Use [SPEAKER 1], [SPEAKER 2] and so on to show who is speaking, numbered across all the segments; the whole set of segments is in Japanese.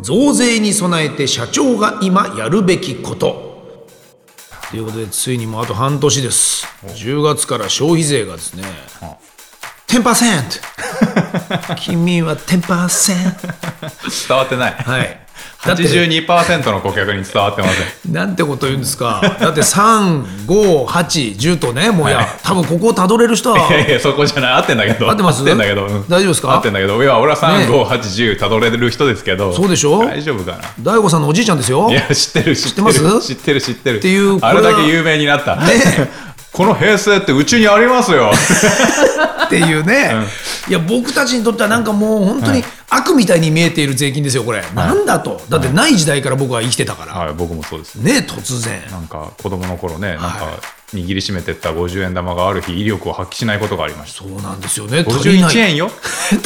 [SPEAKER 1] 増税に備えて社長が今やるべきことということでついにもうあと半年です10月から消費税がですね10%君は10%
[SPEAKER 2] 伝わってない。
[SPEAKER 1] はいだって
[SPEAKER 2] 82%の顧客に伝わってません。
[SPEAKER 1] なんてこと言うんですか。だって3、5、8、10とね、もうや、
[SPEAKER 2] はい
[SPEAKER 1] 多分ここをたどれる人は、
[SPEAKER 2] いやいや、そこじゃない。合ってんだけど。
[SPEAKER 1] 合ってます
[SPEAKER 2] んだけど。うん
[SPEAKER 1] 大丈夫ですか
[SPEAKER 2] 合ってんだけど。いや、俺は
[SPEAKER 1] ね
[SPEAKER 2] 3、5、8、10たどれる人ですけど。
[SPEAKER 1] そうでしょ
[SPEAKER 2] 大丈夫かな。
[SPEAKER 1] 大悟さんのおじいちゃんですよ。
[SPEAKER 2] いや、知ってる、知って
[SPEAKER 1] 知ってま
[SPEAKER 2] る。
[SPEAKER 1] す
[SPEAKER 2] 知ってる、知ってる。って
[SPEAKER 1] いうこれ
[SPEAKER 2] あ
[SPEAKER 1] は
[SPEAKER 2] れだけ有名になった。
[SPEAKER 1] ね
[SPEAKER 2] この平成ってうちにありま すよ。
[SPEAKER 1] っていうね、いや、僕たちにとってはなんかもう本当に悪みたいに見えている税金ですよ、これ。なんだと。だってない時代から僕は生きてたから。
[SPEAKER 2] はい、僕もそうです。
[SPEAKER 1] ね、突然。
[SPEAKER 2] なんか子供の頃ね、なんか握りしめてった50円玉がある日、威力を発揮しないことがありました。
[SPEAKER 1] そうなんですよね。足りない。
[SPEAKER 2] 51円よ。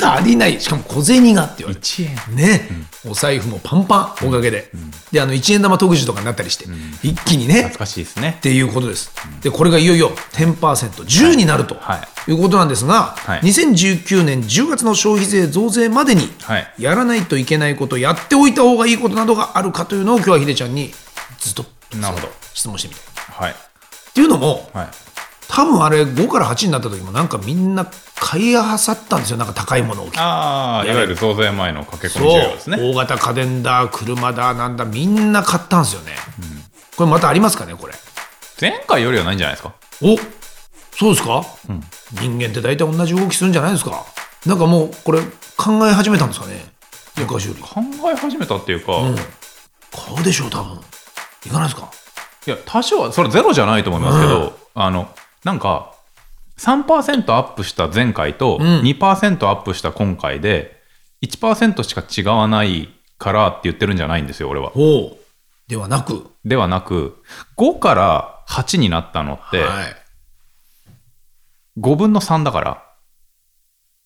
[SPEAKER 1] 足りない。しかも小銭がって言われて。
[SPEAKER 2] 1円。
[SPEAKER 1] ね、お財布もパンパン、おかげで。で、あの、1円玉特需とかになったりして、一気にね、
[SPEAKER 2] 懐かしいですね
[SPEAKER 1] っ。ていうことです。で、これがいよいよ10%、10になると、、
[SPEAKER 2] はい
[SPEAKER 1] うことなんですが、
[SPEAKER 2] はい
[SPEAKER 1] 2019年10月の消費税増税までに
[SPEAKER 2] はい、
[SPEAKER 1] やらないといけないこと、やっておいた方がいいことなどがあるかというのを、今日はヒデちゃんにずっと
[SPEAKER 2] なるほど。
[SPEAKER 1] 質問してみたい。
[SPEAKER 2] はい。
[SPEAKER 1] っていうのも、
[SPEAKER 2] はい。
[SPEAKER 1] 多分あれ、5から8になった時も、なんかみんな買いあさったんですよ、なんか高いものを。
[SPEAKER 2] ああ、いわゆる増税前の駆け込み需要です
[SPEAKER 1] そう、
[SPEAKER 2] ね。
[SPEAKER 1] 大型家電だ、車だ、なんだ、みんな買ったんですよね。これまたありますかね、これ。
[SPEAKER 2] 前回よりはないんじゃないですか。
[SPEAKER 1] おそうですか、人間って大体同じ動きするんじゃないですかなんかもうこれ考え始めたんですかね昔より
[SPEAKER 2] 考え始めたっていうか、
[SPEAKER 1] うん
[SPEAKER 2] い
[SPEAKER 1] 買うでしょう多分いかないですか
[SPEAKER 2] や、多少は、それゼロじゃないと思いますけど、あの、なんか、3%アップした前回と、
[SPEAKER 1] ん
[SPEAKER 2] 2%アップした今回で、1%しか違わないからって言ってるんじゃないんですよ、俺は。
[SPEAKER 1] おうではなく
[SPEAKER 2] ではなく、5から8になったのって、
[SPEAKER 1] はい
[SPEAKER 2] 5分の3だから、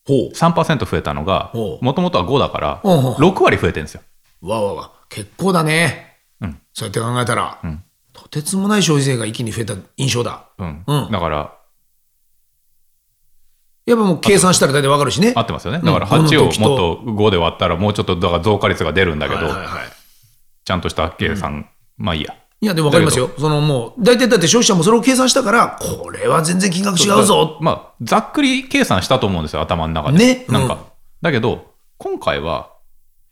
[SPEAKER 1] ほ
[SPEAKER 2] 3%増えたのが、
[SPEAKER 1] ほう
[SPEAKER 2] もともとは5だから、
[SPEAKER 1] ほうほう
[SPEAKER 2] 6割増えてるんですよ。
[SPEAKER 1] うわわわ結構だね、
[SPEAKER 2] うん
[SPEAKER 1] そうやって考えたら、
[SPEAKER 2] ん
[SPEAKER 1] とてつもない消費税が一気に増えた印象だ
[SPEAKER 2] うん。
[SPEAKER 1] うん
[SPEAKER 2] だから、
[SPEAKER 1] やっぱもう計算したら大体わかるしね
[SPEAKER 2] 合ってますよね。だから
[SPEAKER 1] うん
[SPEAKER 2] 8をもっ
[SPEAKER 1] この時と
[SPEAKER 2] と5で割ったら、もうちょっとだから増加率が出るんだけど、
[SPEAKER 1] はいはいはい
[SPEAKER 2] ちゃんとした計算、まあいいや。
[SPEAKER 1] いやでもわかりますよそのもう大体だって消費者もそれを計算したからこれは全然金額違うぞ
[SPEAKER 2] まあ、ざっくり計算したと思うんですよ、頭の中で。
[SPEAKER 1] ね
[SPEAKER 2] なん
[SPEAKER 1] うん
[SPEAKER 2] か。だけど、今回は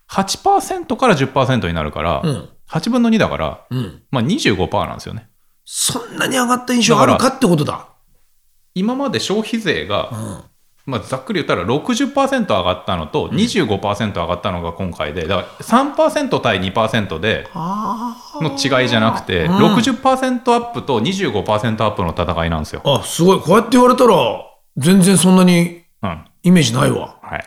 [SPEAKER 2] 8%から10%になるから、
[SPEAKER 1] うん
[SPEAKER 2] 8分の2だから、
[SPEAKER 1] うん
[SPEAKER 2] まあ25%なんですよね。
[SPEAKER 1] そんなに上がった印象あるかってことだ。
[SPEAKER 2] 今まで消費税が、まあ、ざっくり言ったら60%上がったのと25%上がったのが今回で、だから3%対2%で、
[SPEAKER 1] あ
[SPEAKER 2] の違いじゃなくて、
[SPEAKER 1] うん
[SPEAKER 2] 60%アップと25%アップの戦いなんですよ。
[SPEAKER 1] あ、すごい。こうやって言われたら、全然そんなに
[SPEAKER 2] うん。はい。
[SPEAKER 1] イメージないわ。
[SPEAKER 2] は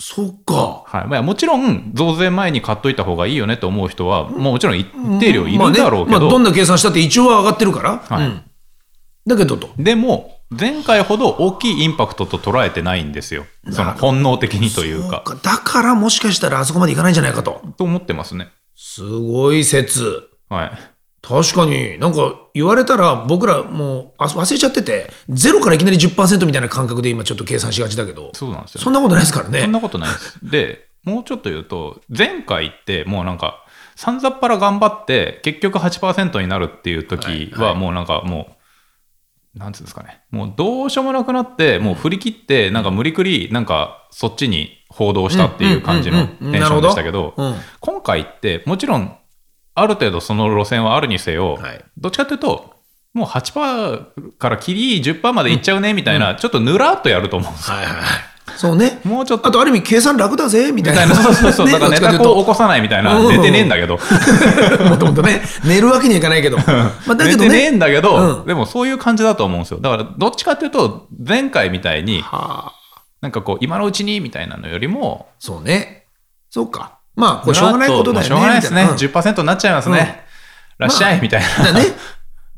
[SPEAKER 1] そっか。
[SPEAKER 2] い。まあ、もちろん、増税前に買っといた方がいいよねと思う人は、もうもちろん一定量いるんだろうけ
[SPEAKER 1] まあねまあ、どん
[SPEAKER 2] ど、
[SPEAKER 1] な計算したって一応は上がってるから。
[SPEAKER 2] はい
[SPEAKER 1] うん。だけどと。
[SPEAKER 2] でも、前回ほど大きいインパクトと捉えてないんですよ。その本能的にというか。
[SPEAKER 1] そうだからもしかしたらあそこまでいかないんじゃないかと。
[SPEAKER 2] と思ってますね。
[SPEAKER 1] すごい説。
[SPEAKER 2] はい。
[SPEAKER 1] 確かに、なんか言われたら僕らもうあ忘れちゃってて、ゼロからいきなり10%みたいな感覚で今ちょっと計算しがちだけど、
[SPEAKER 2] そうなんですよね
[SPEAKER 1] そんなことないですからね。
[SPEAKER 2] そんなことないです。で、もうちょっと言うと、前回ってもうなんか、さんざっぱら頑張って、結局8%になるっていう時は、もうなんかもう、なんていうんですかね、もうどうしようもなくなって、もう振り切って、なんか無理くり、なんかそっちに報道したっていう感じのテンションでしたけど
[SPEAKER 1] うんうんうんうんなるほどうん、
[SPEAKER 2] 今回って、もちろん、ある程度その路線はあるにせよ
[SPEAKER 1] はい、
[SPEAKER 2] どっちかというと、もう8%から切り10%までいっちゃうねみたいな、ちょっとぬらっとやると思うんですよ。
[SPEAKER 1] はいはいはい。そうね。
[SPEAKER 2] もうちょっと
[SPEAKER 1] あとある意味計算楽だぜみた
[SPEAKER 2] み
[SPEAKER 1] い
[SPEAKER 2] た
[SPEAKER 1] な。
[SPEAKER 2] いな、そうそうそう、
[SPEAKER 1] ね
[SPEAKER 2] だからネタこう起こさないみたいな、
[SPEAKER 1] うん
[SPEAKER 2] 寝てねえんだけど、
[SPEAKER 1] もともとね、寝るわけにはいかない けど。まあ、だけ
[SPEAKER 2] 寝
[SPEAKER 1] ど
[SPEAKER 2] てね
[SPEAKER 1] ね。
[SPEAKER 2] えんだけ
[SPEAKER 1] う
[SPEAKER 2] ど、
[SPEAKER 1] ん
[SPEAKER 2] でもそういう感じだと思うんですよ。だから、どっちかっていうと、前回みたいに、
[SPEAKER 1] はあ、
[SPEAKER 2] なんかこう、今のうちにみたいなのよりも、
[SPEAKER 1] そうね。そうか。まあ、これしょうがないことだよね。
[SPEAKER 2] しょうがないですね。
[SPEAKER 1] みたいな
[SPEAKER 2] 10%になっちゃいますね。らっしゃい、みたい
[SPEAKER 1] うんだ
[SPEAKER 2] な。
[SPEAKER 1] ね。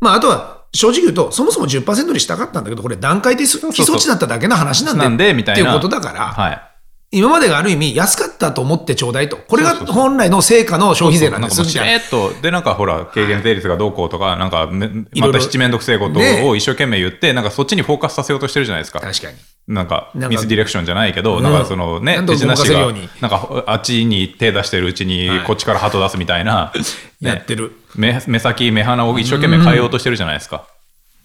[SPEAKER 1] まあ、あとは、正直言うと、そもそも10%にしたかったんだけど、これ段階的
[SPEAKER 2] う
[SPEAKER 1] 基
[SPEAKER 2] そう
[SPEAKER 1] 礎値だっただけの話なんで、
[SPEAKER 2] なんでみたいな
[SPEAKER 1] っていうことだから、
[SPEAKER 2] はい。
[SPEAKER 1] 今までがある意味安かったと思ってちょうだいと。これが
[SPEAKER 2] そうそうそう
[SPEAKER 1] 本来の成果の消費税なん
[SPEAKER 2] な
[SPEAKER 1] で
[SPEAKER 2] んか
[SPEAKER 1] す
[SPEAKER 2] もう
[SPEAKER 1] み
[SPEAKER 2] し
[SPEAKER 1] たいな
[SPEAKER 2] れっと、で、なんかほら、軽減税率がどうこうとか、なんかめ、
[SPEAKER 1] いろいろ
[SPEAKER 2] また七面倒くせえこと
[SPEAKER 1] ね
[SPEAKER 2] を一生懸命言って、なんかそっちにフォーカスさせようとしてるじゃないですか。
[SPEAKER 1] 確かに。
[SPEAKER 2] なんか、
[SPEAKER 1] なんか
[SPEAKER 2] ミスディレクションじゃないけ
[SPEAKER 1] う
[SPEAKER 2] ど、
[SPEAKER 1] ん
[SPEAKER 2] なんかそのね
[SPEAKER 1] なん、と
[SPEAKER 2] 手
[SPEAKER 1] か
[SPEAKER 2] 品
[SPEAKER 1] 動か
[SPEAKER 2] 師
[SPEAKER 1] せるよ
[SPEAKER 2] が
[SPEAKER 1] うに、
[SPEAKER 2] なんか、あっちに手出してるうちに
[SPEAKER 1] はい、
[SPEAKER 2] こっちから鳩出すみたい な、
[SPEAKER 1] や
[SPEAKER 2] ね
[SPEAKER 1] ってる。
[SPEAKER 2] 目目先、目鼻を一生懸命変えようとしてるじゃないですか。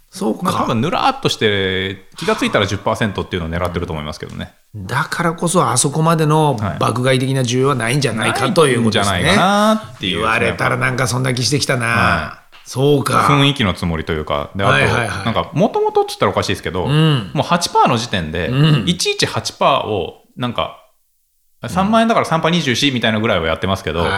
[SPEAKER 1] そう
[SPEAKER 2] まあ、多
[SPEAKER 1] か。
[SPEAKER 2] 分ぬらーっとして、気がついたら10%っていうのを狙ってると思いますけどね。
[SPEAKER 1] だからこそ、あそこまでの
[SPEAKER 2] はい
[SPEAKER 1] 爆買い的な需要はないんじゃないかということです
[SPEAKER 2] な
[SPEAKER 1] ね。
[SPEAKER 2] いんじゃないかなっていう
[SPEAKER 1] 言われたらなんかそんな気してきたな。
[SPEAKER 2] は
[SPEAKER 1] そうか。
[SPEAKER 2] 雰囲気のつもりというか、であと、
[SPEAKER 1] はいはいはい
[SPEAKER 2] なんか、もともとって言ったらおかしいですけど、
[SPEAKER 1] ん
[SPEAKER 2] もう8%の時点で、
[SPEAKER 1] うん
[SPEAKER 2] いちいち8%を、なんか、3万円だから3%パー24みたいなぐらいはやってますけど、
[SPEAKER 1] はい。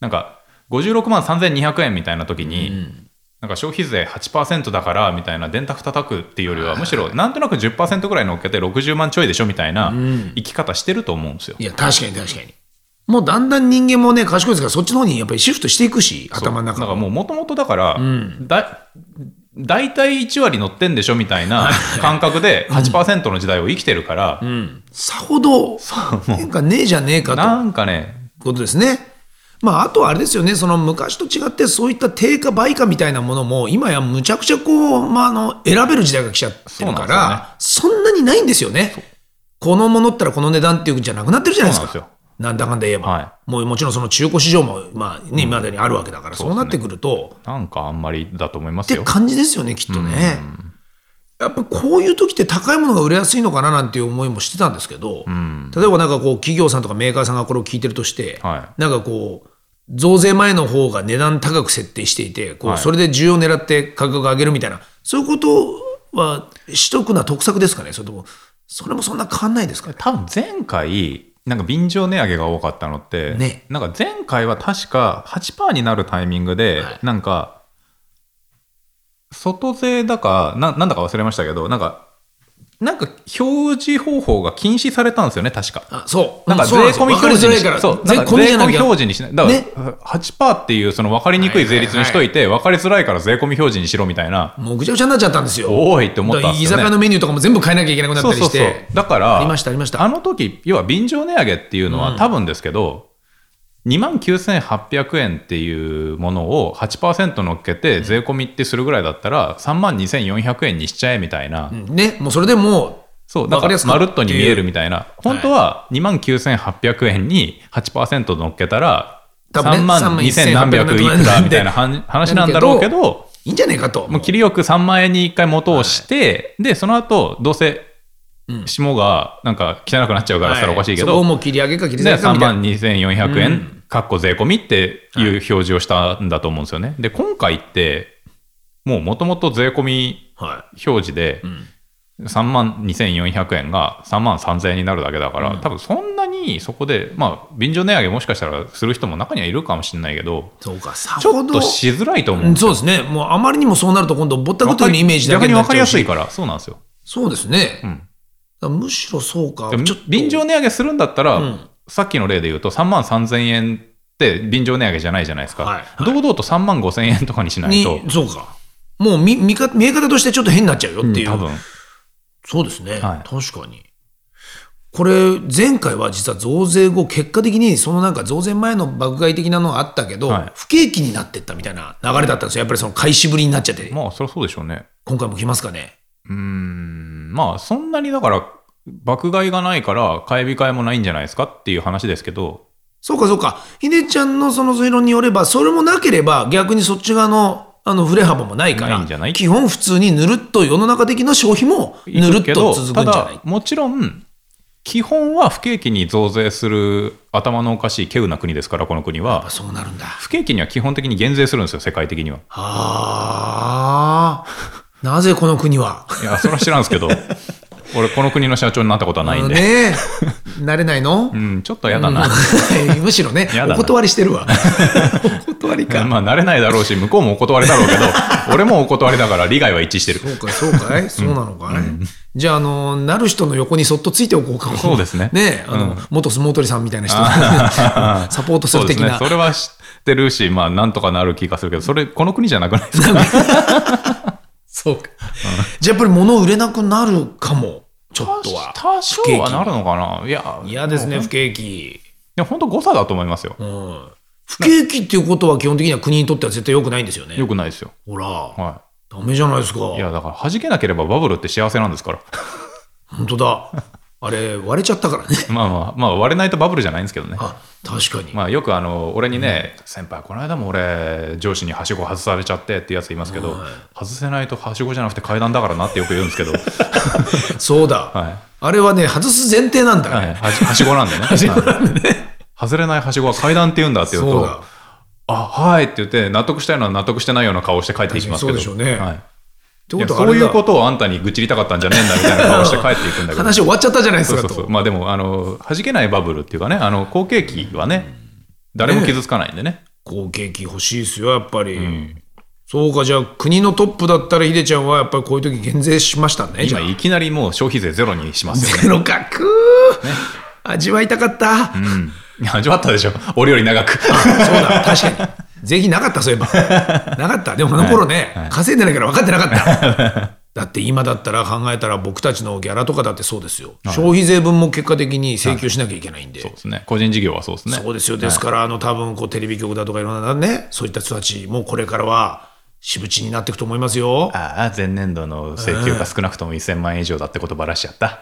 [SPEAKER 2] なんか、56万3200円みたいな時に、
[SPEAKER 1] ん
[SPEAKER 2] なんか消費税8%だからみたいな電卓叩くっていうよりは、むしろなんとなく10%ぐらい乗っけて60万ちょいでしょみたいな
[SPEAKER 1] うん
[SPEAKER 2] 生き方してると思うんですよ。
[SPEAKER 1] いや、確かに確かに。もうだんだん人間もね、賢いですから、そっちの方にやっぱりシフトしていくし、
[SPEAKER 2] そう
[SPEAKER 1] 頭の中
[SPEAKER 2] だから
[SPEAKER 1] も。
[SPEAKER 2] もうもともとだから、だ大体1割乗ってんでしょみたいな感覚で8%の時代を生きてるから、
[SPEAKER 1] うんさほど変化ねえじゃねえかと。
[SPEAKER 2] なんかね
[SPEAKER 1] ことですね。まあ、あとはあれですよね、その昔と違って、そういった定価、売価みたいなものも、今やむちゃくちゃこう、まあ、あの選べる時代が来ちゃってるから、そん,、なにないんですよね。このものったらこの値段っていうんじゃなくなってるじゃないですか。
[SPEAKER 2] そうなんで
[SPEAKER 1] なんだかんだ言えば、
[SPEAKER 2] は
[SPEAKER 1] もうもちろんその中古市場も、まあね、今までにあるわけだから、そうなってくると、
[SPEAKER 2] なんかあんまりだと思いま
[SPEAKER 1] っ
[SPEAKER 2] す
[SPEAKER 1] て
[SPEAKER 2] よ。
[SPEAKER 1] 感じですよね、きっとね。やっぱこういう時って高いものが売れやすいのかななんていう思いもしてたんですけど、例えばなんかこう企業さんとかメーカーさんがこれを聞いてるとして、
[SPEAKER 2] は
[SPEAKER 1] なんかこう増税前の方が値段高く設定していてこう、
[SPEAKER 2] はい
[SPEAKER 1] それで需要を狙って価格を上げるみたいなそういうことはしとくな得策ですかねそれともそれもそんな変わんないですかね
[SPEAKER 2] 多分前回なんか便乗値上げが多かったのって、
[SPEAKER 1] ね
[SPEAKER 2] なんか前回は確か8%になるタイミングで、
[SPEAKER 1] はい
[SPEAKER 2] なんか外税だかななんだか忘れましたけどなんかなんか表示方法が禁止されたんですよね確か。
[SPEAKER 1] あそう
[SPEAKER 2] なんか税
[SPEAKER 1] そうです
[SPEAKER 2] 込み
[SPEAKER 1] わかり
[SPEAKER 2] 表示
[SPEAKER 1] づら
[SPEAKER 2] に
[SPEAKER 1] い
[SPEAKER 2] し
[SPEAKER 1] から
[SPEAKER 2] そう
[SPEAKER 1] 税
[SPEAKER 2] なんか
[SPEAKER 1] 込み
[SPEAKER 2] 税
[SPEAKER 1] じゃ
[SPEAKER 2] 込
[SPEAKER 1] な
[SPEAKER 2] み
[SPEAKER 1] きゃ
[SPEAKER 2] 表示にしない。だから
[SPEAKER 1] ね
[SPEAKER 2] 8%っていうその分かりにくい税率にしといて、分かりづらいから税込み表示にしろみたいな、
[SPEAKER 1] もうぐちゃぐちゃになっちゃったんですよ
[SPEAKER 2] 多いって思っ
[SPEAKER 1] だ
[SPEAKER 2] た
[SPEAKER 1] か
[SPEAKER 2] ん
[SPEAKER 1] ら
[SPEAKER 2] で
[SPEAKER 1] 居
[SPEAKER 2] すよ
[SPEAKER 1] 酒屋
[SPEAKER 2] ね。
[SPEAKER 1] のメニューとかも全部変えなきゃいけなくなっ
[SPEAKER 2] そう
[SPEAKER 1] たり
[SPEAKER 2] そう
[SPEAKER 1] して
[SPEAKER 2] そう。だから、
[SPEAKER 1] ありましたありました
[SPEAKER 2] あの時、要は便乗値上げっていうのは多分ですけど、2万9800円っていうものを8%乗っけて税込みってするぐらいだったら、3万2400円にしちゃえみたいな。
[SPEAKER 1] うんねもうそれでも
[SPEAKER 2] そう、
[SPEAKER 1] わ
[SPEAKER 2] だ
[SPEAKER 1] か
[SPEAKER 2] か
[SPEAKER 1] りや
[SPEAKER 2] ら
[SPEAKER 1] すかっ
[SPEAKER 2] ま
[SPEAKER 1] た
[SPEAKER 2] るっとに見えるみたいな。本当は2万9800円に8%乗っけたら、
[SPEAKER 1] 多分ね
[SPEAKER 2] 3万2000何百いくらみたいな話話なんだろうけど、
[SPEAKER 1] ういいんじゃねえかと
[SPEAKER 2] もう切りよく3万円に1回元をして、で、その後、どうせ
[SPEAKER 1] うん、
[SPEAKER 2] 霜がなんか汚くなっちゃうからしたらおかしいけ
[SPEAKER 1] はそこ
[SPEAKER 2] ど、
[SPEAKER 1] も切り上げか切り下
[SPEAKER 2] で、
[SPEAKER 1] げか
[SPEAKER 2] 3
[SPEAKER 1] みたい
[SPEAKER 2] 万
[SPEAKER 1] な
[SPEAKER 2] 2400
[SPEAKER 1] う
[SPEAKER 2] 円、かっこ税込みっていう表示をしたんだと思うんですよね。で、今回って、もうもともと税込み
[SPEAKER 1] はい
[SPEAKER 2] 表示で、
[SPEAKER 1] うん
[SPEAKER 2] 3万2400円が3万3000円になるだけだから、
[SPEAKER 1] うん
[SPEAKER 2] 多分そんなにそこで、まあ、便乗値上げもしかしたらする人も中にはいるかもしれないけど、
[SPEAKER 1] そうかさ
[SPEAKER 2] ちょ
[SPEAKER 1] ほ
[SPEAKER 2] っ
[SPEAKER 1] ど
[SPEAKER 2] としづらいと思う。
[SPEAKER 1] うんそうですね、もうあまりにもそうなると、今度、ぼったくっていうイメージだけ
[SPEAKER 2] 逆に
[SPEAKER 1] なっ
[SPEAKER 2] 分
[SPEAKER 1] ち
[SPEAKER 2] か
[SPEAKER 1] ゃう
[SPEAKER 2] りや
[SPEAKER 1] し
[SPEAKER 2] すいから、そうなんですよ。
[SPEAKER 1] そうですね、
[SPEAKER 2] うん
[SPEAKER 1] だからむしろそうか
[SPEAKER 2] で、も
[SPEAKER 1] ちょっと
[SPEAKER 2] 便乗値上げするんだったら、
[SPEAKER 1] うん
[SPEAKER 2] さっきの例で言うと、3万3000円って便乗値上げじゃないじゃないですか、
[SPEAKER 1] はいはい
[SPEAKER 2] 堂々と3万5000円とかにしない
[SPEAKER 1] に
[SPEAKER 2] と、、
[SPEAKER 1] そうか、もう見見か見え方としてちょっと変になっちゃうよっていう、
[SPEAKER 2] 多分
[SPEAKER 1] そうですね、
[SPEAKER 2] はい
[SPEAKER 1] 確かに。これ、前回は実は増税後、結果的にそのなんか増税前の爆買い的なのがあったけど、
[SPEAKER 2] はい
[SPEAKER 1] 不景気になってったみたいな流れだったんですよ、やっぱりその買いしぶりになっちゃって、
[SPEAKER 2] まあ、そりゃそうでしょうね。
[SPEAKER 1] 今回も来ますかね。
[SPEAKER 2] うーんまあそんなにだから爆買いがないから買い控えもないんじゃないですかっていう話ですけど
[SPEAKER 1] そうかそうか。ひでちゃんのその推論によれば、それもなければ逆にそっち側のあの振れ幅もないから、
[SPEAKER 2] ないんじゃない
[SPEAKER 1] 基本普通にぬるっと世の中的な消費もぬるっ
[SPEAKER 2] け
[SPEAKER 1] と
[SPEAKER 2] ど
[SPEAKER 1] 続く
[SPEAKER 2] た
[SPEAKER 1] んじゃない
[SPEAKER 2] だもちろん基本は不景気に増税する頭のおかしい稀有な国ですからこの国は
[SPEAKER 1] あそうなるんだ。
[SPEAKER 2] 不景気には基本的に減税するんですよ世界的には
[SPEAKER 1] ああ。なぜこの国は。
[SPEAKER 2] いやそれは知らんすけど俺この国の社長になったことはないんで、
[SPEAKER 1] ねえ。慣れないの、
[SPEAKER 2] うんちょっと嫌だな、
[SPEAKER 1] うん むしろね
[SPEAKER 2] やだ、な
[SPEAKER 1] お 断りしてるわ。お断りか。
[SPEAKER 2] まあ、慣れないだろうし、向こうもお断りだろうけど、俺もお断りだから、利害は一致してる。
[SPEAKER 1] そうかい、そうかい、そうなのかい。じゃあ、あの、なる人の横にそっとついておこうか。
[SPEAKER 2] そうですね
[SPEAKER 1] ねえあの、
[SPEAKER 2] うん
[SPEAKER 1] 元相撲取りさんみたいな人、サポートす
[SPEAKER 2] そう
[SPEAKER 1] る
[SPEAKER 2] で
[SPEAKER 1] 的
[SPEAKER 2] すね
[SPEAKER 1] な。。
[SPEAKER 2] それは知ってるし、まあ、なんとかなる気がするけど、それ、この国じゃなくないですか。
[SPEAKER 1] そうか。じゃあ、やっぱり物売れなくなるかも、ちょっとは。
[SPEAKER 2] 多少はなるのかな。いや、
[SPEAKER 1] 嫌ですね、
[SPEAKER 2] もう
[SPEAKER 1] 不景気。
[SPEAKER 2] いや、本当誤差だと思いますよ。
[SPEAKER 1] うん。不景気っていうことは基本的には国にとっては絶対良くないんですよね
[SPEAKER 2] よ。くないですよ。
[SPEAKER 1] ほら、
[SPEAKER 2] は
[SPEAKER 1] ダメじゃないですか。
[SPEAKER 2] い。いや、だから、弾けなければバブルって幸せなんですから。
[SPEAKER 1] 本当だ。あれ、割れちゃった からね。
[SPEAKER 2] まあまあ、まあ、割れないとバブルじゃないんですけどね。
[SPEAKER 1] あ、確かに。
[SPEAKER 2] まあ、よくあの俺にね、先輩、この間も俺、上司にはしご外されちゃってってやついますけど、
[SPEAKER 1] はい
[SPEAKER 2] 外せないとはしごじゃなくて階段だからなってよく言うんですけど、はい
[SPEAKER 1] そうだ、
[SPEAKER 2] はい
[SPEAKER 1] あれはね、外す前提なんだね。
[SPEAKER 2] はしはしごなん でね。はい外れないはしごは階段って言うんだって言う
[SPEAKER 1] そう
[SPEAKER 2] と、
[SPEAKER 1] だ。
[SPEAKER 2] あはいって言って、納得したような納得してないような顔して帰っていきますけど、
[SPEAKER 1] 確かにそうでしょうねっ
[SPEAKER 2] はい
[SPEAKER 1] て
[SPEAKER 2] い
[SPEAKER 1] こ
[SPEAKER 2] や
[SPEAKER 1] と
[SPEAKER 2] そ
[SPEAKER 1] はあ
[SPEAKER 2] う
[SPEAKER 1] れ
[SPEAKER 2] いうこ
[SPEAKER 1] だ。
[SPEAKER 2] とをあんたに愚痴りたかったんじゃねえんだみたいな顔して帰っていくんだけ ど、
[SPEAKER 1] 話終わっちゃったじゃないです
[SPEAKER 2] そう
[SPEAKER 1] か
[SPEAKER 2] そ
[SPEAKER 1] と。
[SPEAKER 2] うそう、まあでも、あの弾けないバブルっていうかね、あの好景気はね、誰も傷つかないんでね。
[SPEAKER 1] 好景気欲しいですよ、やっぱり。そうか、じゃあ国のトップだったら、ヒデちゃんはやっぱりこういう時減税しましたね、じゃ
[SPEAKER 2] 今
[SPEAKER 1] あ。
[SPEAKER 2] いきなりもう消費税ゼロにしますよね。
[SPEAKER 1] ゼ ロ額、味わいたかった。
[SPEAKER 2] うん。味わったでしょ。俺より長く。
[SPEAKER 1] そうだ、確かに。税金なかった、 そういえば。なかった。でもあの頃ね、稼いでないから分かってなかった。 だって今だったら考えたら僕たちのギャラとかだってそうですよ。消費税分も結果的に請求しなきゃいけないんで。
[SPEAKER 2] そうですね。個人事業はそうですね。
[SPEAKER 1] そうですよ。ですから、あの、多分こう、テレビ局だとかいろんなね、そういった人たち、もうこれからは、渋地になっていくと思いますよ。
[SPEAKER 2] ああ、前年度の請求が少なくとも1000万円以上だってことばらしちゃった。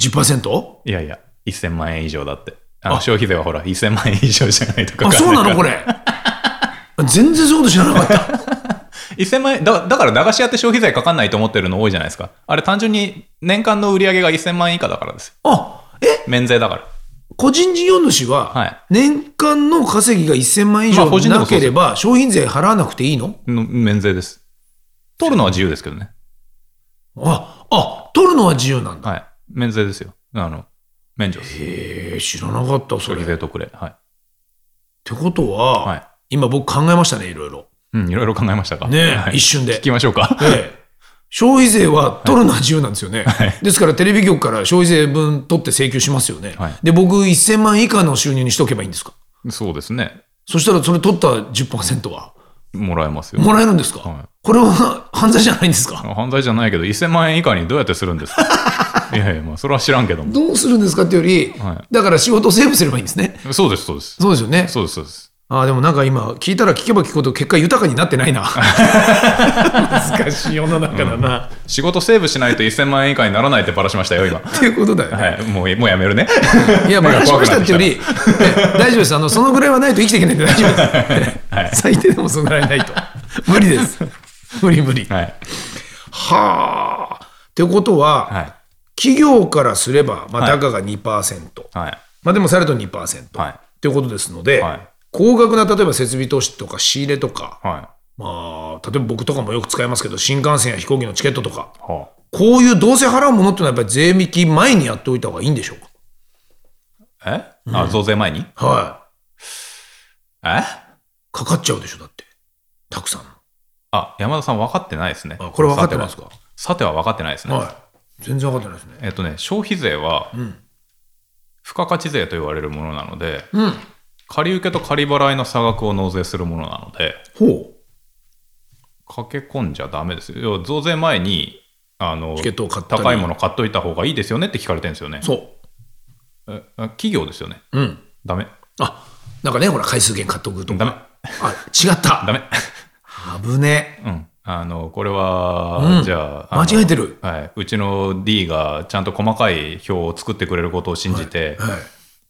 [SPEAKER 1] 10%?
[SPEAKER 2] いやいや、1000万円以上だって。あの消費税はほら、1000万円以上じゃないとか
[SPEAKER 1] あ、そうな
[SPEAKER 2] から
[SPEAKER 1] のこ れ。全然そういうこと知らなかった。
[SPEAKER 2] 1000万円だ、だから駄菓子屋って消費税かかんないと思ってるの多いじゃないですか。あれ単純に年間の売り上げが1000万円以下だからですよ。
[SPEAKER 1] あ、え、
[SPEAKER 2] 免税だから。
[SPEAKER 1] 個人事業主
[SPEAKER 2] は、
[SPEAKER 1] はい年間の稼ぎが1000万円以
[SPEAKER 2] まあ個
[SPEAKER 1] 上
[SPEAKER 2] 人で
[SPEAKER 1] な
[SPEAKER 2] もそう
[SPEAKER 1] け
[SPEAKER 2] です
[SPEAKER 1] れば、商品税払わなくていいの
[SPEAKER 2] の免税です。取るのは自由ですけどね。
[SPEAKER 1] あ、あ、取るのは自由なんだ。
[SPEAKER 2] はい。免税ですよ。あの、免除です。
[SPEAKER 1] へえ、知らなかった、それ。
[SPEAKER 2] 消
[SPEAKER 1] っ
[SPEAKER 2] 費税特例。はい。
[SPEAKER 1] てことは、
[SPEAKER 2] はい
[SPEAKER 1] 今僕考えましたね、いろいろ。
[SPEAKER 2] うん、いろいろ考えましたか。
[SPEAKER 1] ねえ、
[SPEAKER 2] はい
[SPEAKER 1] 一瞬で。
[SPEAKER 2] 聞きましょうか。
[SPEAKER 1] ええ消費税は取るのは自由なんですよね、ですからテレビ局から消費税分取って請求しますよね、
[SPEAKER 2] はい
[SPEAKER 1] で僕1000万以下の収入にしとけばいいんですか
[SPEAKER 2] そうですね。
[SPEAKER 1] そしたらそれ取った10%は
[SPEAKER 2] もらえますよ。
[SPEAKER 1] もらえるんですか、
[SPEAKER 2] はい
[SPEAKER 1] これは犯罪じゃないんですか
[SPEAKER 2] 犯罪じゃないけど、1000万円以下にどうやってするんで すかいやいや、まあ、それは知らんけども。
[SPEAKER 1] どうするんですかっていうより、
[SPEAKER 2] は
[SPEAKER 1] だから仕事をセーブすればいいんですね
[SPEAKER 2] そうです、そうです。
[SPEAKER 1] そうですよね
[SPEAKER 2] そうです、そうです。
[SPEAKER 1] ああでもなんか今聞いたら聞けば聞くほど結果豊かになって ないな難しい世の中だな、
[SPEAKER 2] 仕事セーブしないと1000万円以下にならないってばらしましたよ、今。
[SPEAKER 1] っていうことだよね、
[SPEAKER 2] はい、もうもうや めるね。
[SPEAKER 1] いや、
[SPEAKER 2] 目
[SPEAKER 1] バ
[SPEAKER 2] が
[SPEAKER 1] ラし
[SPEAKER 2] 怖
[SPEAKER 1] ま
[SPEAKER 2] く
[SPEAKER 1] し
[SPEAKER 2] な
[SPEAKER 1] た
[SPEAKER 2] っ
[SPEAKER 1] ってて
[SPEAKER 2] き
[SPEAKER 1] よ
[SPEAKER 2] た
[SPEAKER 1] り、え大丈夫です。あの、そのぐらいはないと生きていけないんで大丈夫です。最低でもそのぐらいないと。無理です。無理無理。
[SPEAKER 2] はい。
[SPEAKER 1] はあ。ってことは、
[SPEAKER 2] はい。
[SPEAKER 1] 企業からすれば、まあ、
[SPEAKER 2] はい
[SPEAKER 1] 高が2%、
[SPEAKER 2] はい。
[SPEAKER 1] まあ、でもされど2%、
[SPEAKER 2] はい
[SPEAKER 1] っていうことですので、
[SPEAKER 2] はい
[SPEAKER 1] 高額な例えば設備投資とか仕入れとか、
[SPEAKER 2] は
[SPEAKER 1] まあ、例えば僕とかもよく使いますけど、新幹線や飛行機のチケットとか、
[SPEAKER 2] い。は
[SPEAKER 1] こういうどうせ払うものっていうのは、やっぱり税引き前にやっておいた方がいいんでしょうか。
[SPEAKER 2] あ、えあ、増税前に
[SPEAKER 1] はい。
[SPEAKER 2] え
[SPEAKER 1] かかっちゃうでしょ、だって。たくさん。
[SPEAKER 2] あ、山田さん分かってないですね。
[SPEAKER 1] あこれ分かってますか
[SPEAKER 2] さては分かってないですね。
[SPEAKER 1] はい。全然分かってないですね。
[SPEAKER 2] えっとね、消費税は、付加価値税と言われるものなので、
[SPEAKER 1] うん。
[SPEAKER 2] 借り受けと借り払いの差額を納税するものなので、
[SPEAKER 1] ほ
[SPEAKER 2] 駆け込んじゃダメですよ。要は増税前に、あの、
[SPEAKER 1] チケットを買ったり
[SPEAKER 2] 高いもの買っといた方がいいですよねって聞かれてるんですよね
[SPEAKER 1] う。。そ
[SPEAKER 2] えあ企業ですよね。
[SPEAKER 1] う。うん。
[SPEAKER 2] ダメ。
[SPEAKER 1] あ、なんかね、ほら、回数券買っとくと
[SPEAKER 2] ダ
[SPEAKER 1] か。
[SPEAKER 2] メ。
[SPEAKER 1] あ、違った。
[SPEAKER 2] ダメ。
[SPEAKER 1] 危 ね
[SPEAKER 2] うん。あの、これは、
[SPEAKER 1] うん
[SPEAKER 2] じゃあ、あの
[SPEAKER 1] 間違えてる。
[SPEAKER 2] はい。うちの D がちゃんと細かい表を作ってくれることを信じて、
[SPEAKER 1] はい。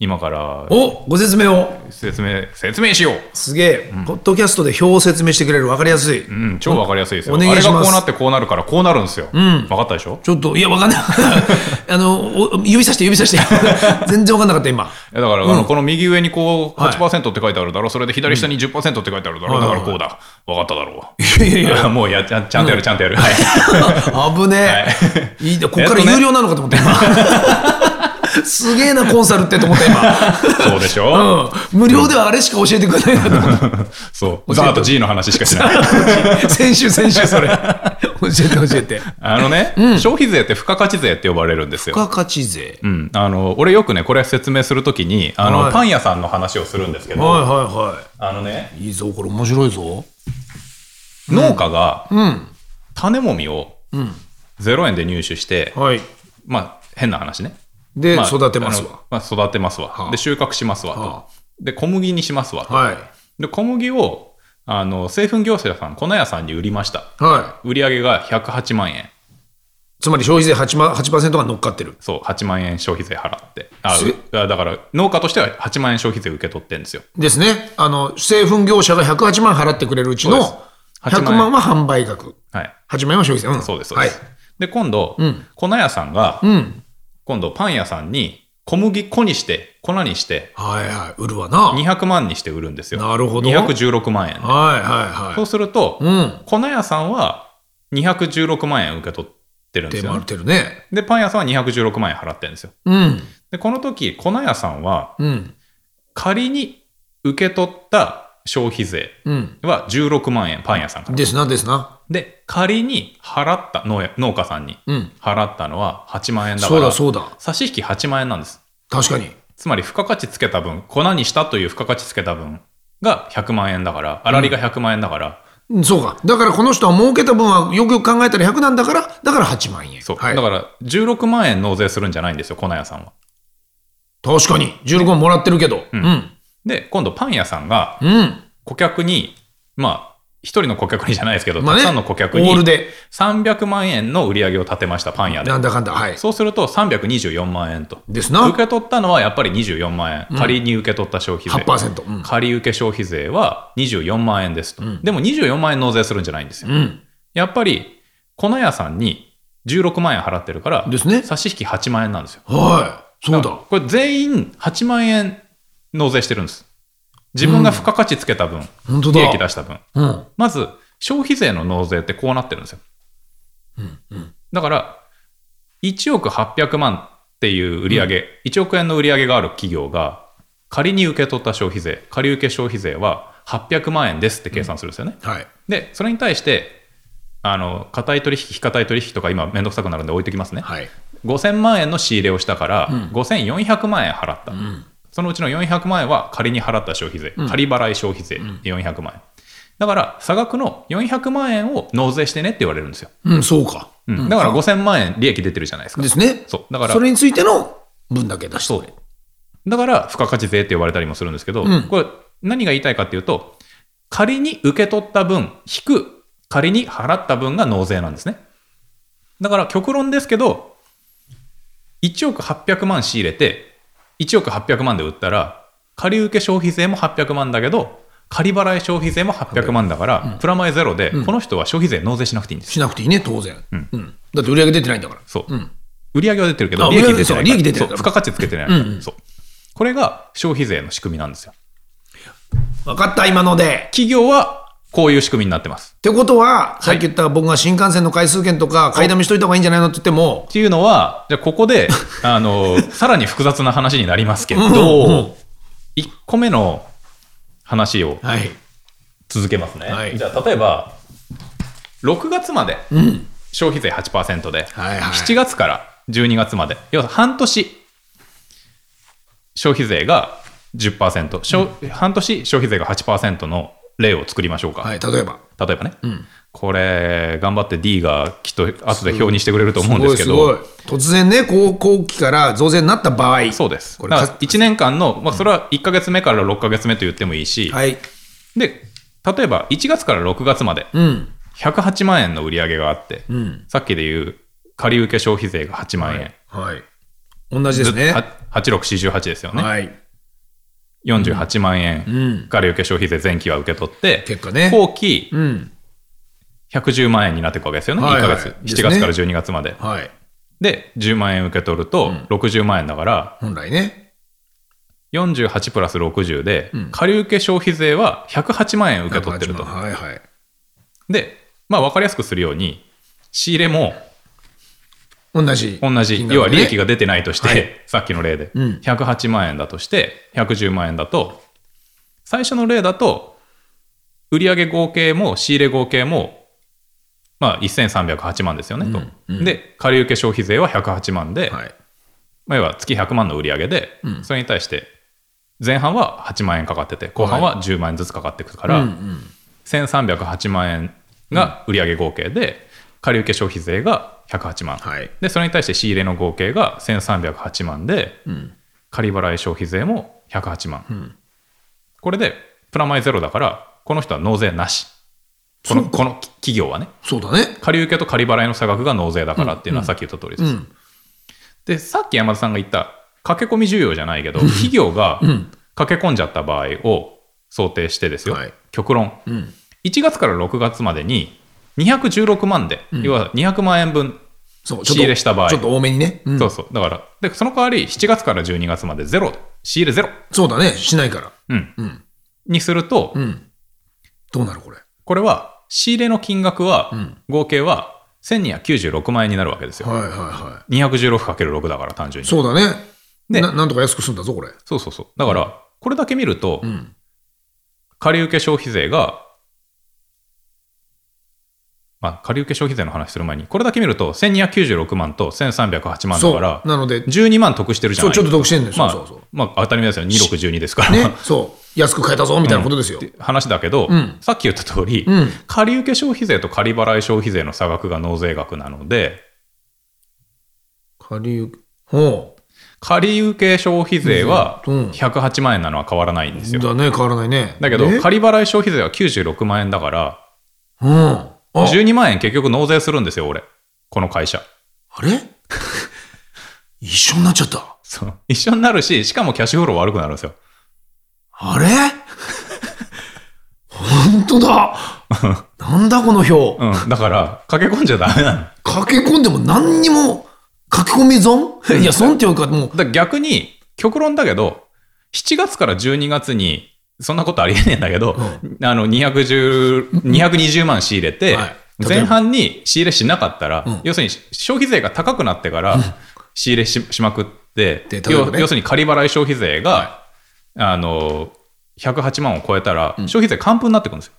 [SPEAKER 2] 今から
[SPEAKER 1] お、ご説明を。
[SPEAKER 2] 説明、説明しよう
[SPEAKER 1] すげえ、ポッドキャストで表を説明してくれる。分かりやすい。
[SPEAKER 2] うん、超わかりやすいですよ。
[SPEAKER 1] お願いします
[SPEAKER 2] あれがこうなってこうなるから、こうなるんですよ。わかったでしょ
[SPEAKER 1] ちょっと、いや、分かんない。 あの、お指さして、指さして。 全然分かんなかった、今。
[SPEAKER 2] いやだから、あのこの右上にこう
[SPEAKER 1] はい
[SPEAKER 2] 8%って書いてあるだろ、それで左下に10%って書いてあるだろ、
[SPEAKER 1] うん
[SPEAKER 2] だからこうだ、わかっただろ。
[SPEAKER 1] いやいやいうや。
[SPEAKER 2] もうやちゃんちゃんとやる、ちゃんとやる。はい、
[SPEAKER 1] 危ねえ。いいここから
[SPEAKER 2] えっとね
[SPEAKER 1] 有料なのかと思った、今。 すげえなコンサルってと思った今、
[SPEAKER 2] そうでしょ、
[SPEAKER 1] うん、無料ではあれしか教えてくれないなと思っ
[SPEAKER 2] そう。ザーと G の話しかしない。
[SPEAKER 1] た先週先週 それ教えて教えて付
[SPEAKER 2] あのね、消費税って付加価値税って呼ばれるんですよ。
[SPEAKER 1] 加価値税
[SPEAKER 2] うん、あの俺よくねこれ説明するときにあの、
[SPEAKER 1] はい
[SPEAKER 2] パン屋さんの話をするんですけど、
[SPEAKER 1] はいはいは
[SPEAKER 2] あのね
[SPEAKER 1] いいいぞこれ面白いぞ
[SPEAKER 2] 農家が
[SPEAKER 1] うん
[SPEAKER 2] 種もみを
[SPEAKER 1] うん
[SPEAKER 2] 0円で入手して、
[SPEAKER 1] はい
[SPEAKER 2] まあ変な話ね
[SPEAKER 1] で、
[SPEAKER 2] まあ
[SPEAKER 1] 育てます
[SPEAKER 2] あの
[SPEAKER 1] わ
[SPEAKER 2] まあ、育てますわ、
[SPEAKER 1] はあ
[SPEAKER 2] で収穫しますわと、
[SPEAKER 1] はあ
[SPEAKER 2] で小麦にしますわと、
[SPEAKER 1] はい
[SPEAKER 2] で小麦をあの製粉業者さん粉屋さんに売りました
[SPEAKER 1] は
[SPEAKER 2] 売り上げが108万円
[SPEAKER 1] いつまり消費税 8%, ま8が乗っかってる
[SPEAKER 2] そう8万円消費税払ってあ
[SPEAKER 1] す
[SPEAKER 2] うあだから農家としては8万円消費税受け取ってるんですよ
[SPEAKER 1] ですねあの製粉業者が108万払ってくれるうちの
[SPEAKER 2] そうで
[SPEAKER 1] 100
[SPEAKER 2] す8万
[SPEAKER 1] 万は販売額
[SPEAKER 2] はい
[SPEAKER 1] 8万円は消費税うん
[SPEAKER 2] そうですそうです、
[SPEAKER 1] はい
[SPEAKER 2] で今度、
[SPEAKER 1] うん
[SPEAKER 2] 粉屋さんが
[SPEAKER 1] うん
[SPEAKER 2] 今度パン屋さんに小麦粉にして粉にして
[SPEAKER 1] はいはい売るわなはい
[SPEAKER 2] 200万にして売るんですよ
[SPEAKER 1] なるほど
[SPEAKER 2] 216万円
[SPEAKER 1] はいは
[SPEAKER 2] そうすると、
[SPEAKER 1] いうん
[SPEAKER 2] 粉屋さんは216万円受け取ってるんで
[SPEAKER 1] です回
[SPEAKER 2] よ
[SPEAKER 1] っ
[SPEAKER 2] ね、
[SPEAKER 1] てるね
[SPEAKER 2] でパン屋さんは216万円払ってるんですよ
[SPEAKER 1] うん
[SPEAKER 2] でこの時粉屋さんは
[SPEAKER 1] うん
[SPEAKER 2] 仮に受け取った消費税
[SPEAKER 1] うん
[SPEAKER 2] は16万円パン屋さんから
[SPEAKER 1] ですなですな
[SPEAKER 2] で仮に払った農家農家さんに
[SPEAKER 1] うん
[SPEAKER 2] 払ったのは8万円だか
[SPEAKER 1] そう
[SPEAKER 2] ら
[SPEAKER 1] だそうだ
[SPEAKER 2] 差し引き8万円なんです
[SPEAKER 1] 確かに
[SPEAKER 2] つまり付加価値つけた分粉にしたという付加価値つけた分が100万円だから粗利が100万円だから、
[SPEAKER 1] うんそうかだからこの人は儲けた分はよくよく考えたら100なんだからだから8万円
[SPEAKER 2] そう
[SPEAKER 1] はい
[SPEAKER 2] だから16万円納税するんじゃないんですよ粉屋さんは
[SPEAKER 1] 確かに16万もらってるけどう
[SPEAKER 2] うん
[SPEAKER 1] ん
[SPEAKER 2] で今度パン屋さんが
[SPEAKER 1] うん
[SPEAKER 2] 顧客にまあ一人の顧客にじゃないですけど、
[SPEAKER 1] まあね
[SPEAKER 2] たくさんの顧
[SPEAKER 1] オ
[SPEAKER 2] 客に
[SPEAKER 1] ールで
[SPEAKER 2] 300万円の売り上げを立てましたパン屋で
[SPEAKER 1] なんだかんだはい
[SPEAKER 2] そうすると324万円と
[SPEAKER 1] ですな
[SPEAKER 2] 受け取ったのはやっぱり24万円仮に受け取った消費税、
[SPEAKER 1] 8%うん
[SPEAKER 2] 仮受け消費税は24万円ですと、でも24万円納税するんじゃないんですよ、
[SPEAKER 1] うん
[SPEAKER 2] やっぱり粉屋さんに16万円払ってるから、
[SPEAKER 1] ですね
[SPEAKER 2] 差し引き8万円なんですよ。
[SPEAKER 1] はいそうだ
[SPEAKER 2] からこれ全員8万円納税してるんです。自分が付加価値つけた分、
[SPEAKER 1] 本当
[SPEAKER 2] 利
[SPEAKER 1] だ
[SPEAKER 2] 益出した分。
[SPEAKER 1] うん
[SPEAKER 2] まず、消費税の納税ってこうなってるんですよ。だから、1億800万っていう売り上げ、1億円の売り上げがある企業が、仮に受け取った消費税、仮受け消費税は800万円ですって計算するんですよね。
[SPEAKER 1] はい
[SPEAKER 2] で、それに対して、あの、固い取引、非固い取引とか今めんどくさくなるんで置いてきますね。
[SPEAKER 1] はい
[SPEAKER 2] 5000万円の仕入れをしたから、5400万円払った、そのうちの400万円は仮に払った消費税、仮払い消費税400万円。だから、差額の400万円を納税してねって言われるんですよ。
[SPEAKER 1] うんそうか
[SPEAKER 2] うんだから5000万円利益出てるじゃないですか。
[SPEAKER 1] ですね
[SPEAKER 2] そう。だから、
[SPEAKER 1] それについての分だけ出して
[SPEAKER 2] そうだから、付加価値税って呼ばれたりもするんですけど、
[SPEAKER 1] うん
[SPEAKER 2] これ、何が言いたいかっていうと、仮に受け取った分、引く、仮に払った分が納税なんですね。だから、極論ですけど、1億800万仕入れて、1億800万で売ったら、仮受け消費税も800万だけど、仮払い消費税も800万だから、プラマイゼロで、この人は消費税納税しなくていいんです。
[SPEAKER 1] しなくていいね当然
[SPEAKER 2] ん
[SPEAKER 1] うんだって売り上げ出てないんだから
[SPEAKER 2] そう。
[SPEAKER 1] うん
[SPEAKER 2] 売り上げは出てるけど、
[SPEAKER 1] あ
[SPEAKER 2] 利益出てないから。
[SPEAKER 1] 売り上げ出てる
[SPEAKER 2] そう付加価値つけてないから。そう。これが消費税の仕組みなんですよ。
[SPEAKER 1] 分かった今ので
[SPEAKER 2] 企業はこういう仕組みになってます。
[SPEAKER 1] ってことはさっき言った僕が新幹線の回数券とか買いだめしといた方がいいんじゃないのって言っても
[SPEAKER 2] っていうのは、じゃあここ で、あの、さらに複雑な話になりますけど、
[SPEAKER 1] うんうん
[SPEAKER 2] 1個目の話を
[SPEAKER 1] はい
[SPEAKER 2] 続けますね。
[SPEAKER 1] はい
[SPEAKER 2] じゃあ例えば、6月まで
[SPEAKER 1] うん
[SPEAKER 2] 消費税8%で、
[SPEAKER 1] はいはい
[SPEAKER 2] 7月から12月まで、要は半年、消費税が10%、消半年消費税が8%の例を作りましょうか。
[SPEAKER 1] はい例えば
[SPEAKER 2] 例えばね、
[SPEAKER 1] ん
[SPEAKER 2] これ頑張って D がきっと後で表にしてくれると思うんですけ
[SPEAKER 1] すごい
[SPEAKER 2] ど
[SPEAKER 1] すごい突然ね高校期から増税になった場合
[SPEAKER 2] そうです
[SPEAKER 1] こ
[SPEAKER 2] だ
[SPEAKER 1] れ
[SPEAKER 2] から
[SPEAKER 1] か
[SPEAKER 2] 1年間の、まあ、それは1か月目から6か月目と言ってもいいし、
[SPEAKER 1] はい
[SPEAKER 2] で例えば1月から6月まで
[SPEAKER 1] うん
[SPEAKER 2] 108万円の売り上げがあって、
[SPEAKER 1] ん
[SPEAKER 2] さっきで言う仮受け消費税が8万円、
[SPEAKER 1] はい同じですね
[SPEAKER 2] は8648ですよね、
[SPEAKER 1] はい
[SPEAKER 2] 48万円、
[SPEAKER 1] うん
[SPEAKER 2] 仮受け消費税前期は受け取って
[SPEAKER 1] 結果ね
[SPEAKER 2] 後期
[SPEAKER 1] うん
[SPEAKER 2] 110万円になっていくわけですよね、
[SPEAKER 1] はいはい
[SPEAKER 2] 1か月
[SPEAKER 1] です
[SPEAKER 2] 7
[SPEAKER 1] ね
[SPEAKER 2] 月から12月まで、
[SPEAKER 1] はい
[SPEAKER 2] で10万円受け取ると60万円だから、
[SPEAKER 1] 本来ね
[SPEAKER 2] 48プラス60で、
[SPEAKER 1] ん
[SPEAKER 2] 仮受け消費税は108万円受け取ってると
[SPEAKER 1] 108万はいはい
[SPEAKER 2] でまあ分かりやすくするように仕入れも
[SPEAKER 1] 同じ。
[SPEAKER 2] 同じ、
[SPEAKER 1] 金額ね
[SPEAKER 2] 要は利益が出てないとして、
[SPEAKER 1] はい
[SPEAKER 2] さっきの例で、
[SPEAKER 1] うん
[SPEAKER 2] 108万円だとして、110万円だと、最初の例だと、売上合計も仕入れ合計も、まあ、1308万ですよね、と
[SPEAKER 1] うんうん
[SPEAKER 2] で、借受消費税は108万で、
[SPEAKER 1] はい。
[SPEAKER 2] まあ、要は月100万の売り上げで、
[SPEAKER 1] うん
[SPEAKER 2] それに対して、前半は8万円かかってて、後半は10万円ずつかかってくから、
[SPEAKER 1] うんうん
[SPEAKER 2] 1308万円が売上合計で、借受消費税が108万、
[SPEAKER 1] はい。
[SPEAKER 2] でそれに対して仕入れの合計が1308万で
[SPEAKER 1] うん。
[SPEAKER 2] 仮払い消費税も108万、
[SPEAKER 1] ん
[SPEAKER 2] これでプラマイゼロだからこの人は納税なしこの
[SPEAKER 1] そう
[SPEAKER 2] このき企業はね
[SPEAKER 1] そうだね。
[SPEAKER 2] 借り受けと仮払いの差額が納税だからっていうのはさっき言った通りです、
[SPEAKER 1] うん。
[SPEAKER 2] でさっき山田さんが言った駆け込み需要じゃないけど企業が
[SPEAKER 1] うん。
[SPEAKER 2] 駆け込んじゃった場合を想定してですよ、
[SPEAKER 1] はい
[SPEAKER 2] 極論
[SPEAKER 1] うん。
[SPEAKER 2] 1月から6月までに216万で、要は200万円分
[SPEAKER 1] そう、
[SPEAKER 2] 仕入れした場合
[SPEAKER 1] ちょっと多めにね。うん
[SPEAKER 2] そうそう。だから、で、その代わり、7月から12月までゼロ、仕入れゼロ、
[SPEAKER 1] そうだね。しないから。
[SPEAKER 2] うん、
[SPEAKER 1] うん。
[SPEAKER 2] にすると、
[SPEAKER 1] うん。どうなるこれ。
[SPEAKER 2] これは、仕入れの金額は、
[SPEAKER 1] ん
[SPEAKER 2] 合計は1296万円になるわけですよ。
[SPEAKER 1] はいはいは
[SPEAKER 2] 216×6 だから、単純
[SPEAKER 1] い。
[SPEAKER 2] に。
[SPEAKER 1] そうだね。
[SPEAKER 2] ね
[SPEAKER 1] ななんとか安く済んだぞ、これ。
[SPEAKER 2] そうそうそう。だから、これだけ見ると、
[SPEAKER 1] うん。
[SPEAKER 2] 借受消費税が、まあ、借受消費税の話する前に、これだけ見ると、1296万と1308万だ
[SPEAKER 1] そ
[SPEAKER 2] から
[SPEAKER 1] う。、なので、
[SPEAKER 2] 12万得してるじゃ
[SPEAKER 1] そ
[SPEAKER 2] な
[SPEAKER 1] う、
[SPEAKER 2] い
[SPEAKER 1] ちょっと得してんのよ。そ
[SPEAKER 2] ま
[SPEAKER 1] う
[SPEAKER 2] あ
[SPEAKER 1] そうそう。
[SPEAKER 2] まあ、当たり前ですよ。2612ですから。
[SPEAKER 1] ね。そう。安く買えたぞ、みたいなことですよ
[SPEAKER 2] っ。て話だけど、
[SPEAKER 1] うん
[SPEAKER 2] さっき言った通り、
[SPEAKER 1] うん。
[SPEAKER 2] 借受消費税と借払い消費税の差額が納税額なので、
[SPEAKER 1] 借り受け。ほう。
[SPEAKER 2] 借受消費税は
[SPEAKER 1] うん
[SPEAKER 2] 108万円なのは変わらないんですよ。
[SPEAKER 1] だね、変わらないね。
[SPEAKER 2] だけど
[SPEAKER 1] え、
[SPEAKER 2] 借払い消費税は96万円だから、
[SPEAKER 1] うん。あ
[SPEAKER 2] 12万円結局納税するんですよ、俺。この会社。
[SPEAKER 1] あれ 一緒になっちゃった。
[SPEAKER 2] そう一緒になるし、しかもキャッシュフロー悪くなるんですよ。
[SPEAKER 1] あれ 本当 だなんだこの表。
[SPEAKER 2] うん。だから、駆け込んじゃダメなの。
[SPEAKER 1] 駆け込んでも何にも書き込み 損いや、損っていうかもう、
[SPEAKER 2] だから逆に、極論だけど、7月から12月に、そんなことありえねえんだけど、あの210 220万仕入れて、
[SPEAKER 1] はい
[SPEAKER 2] 前半に仕入れしなかったら、
[SPEAKER 1] うん
[SPEAKER 2] 要するに消費税が高くなってから仕入れししまくって、
[SPEAKER 1] で例えばね
[SPEAKER 2] 要要するに仮払い消費税が、あの108万を超えたら、消費税還付になってくるんですよ。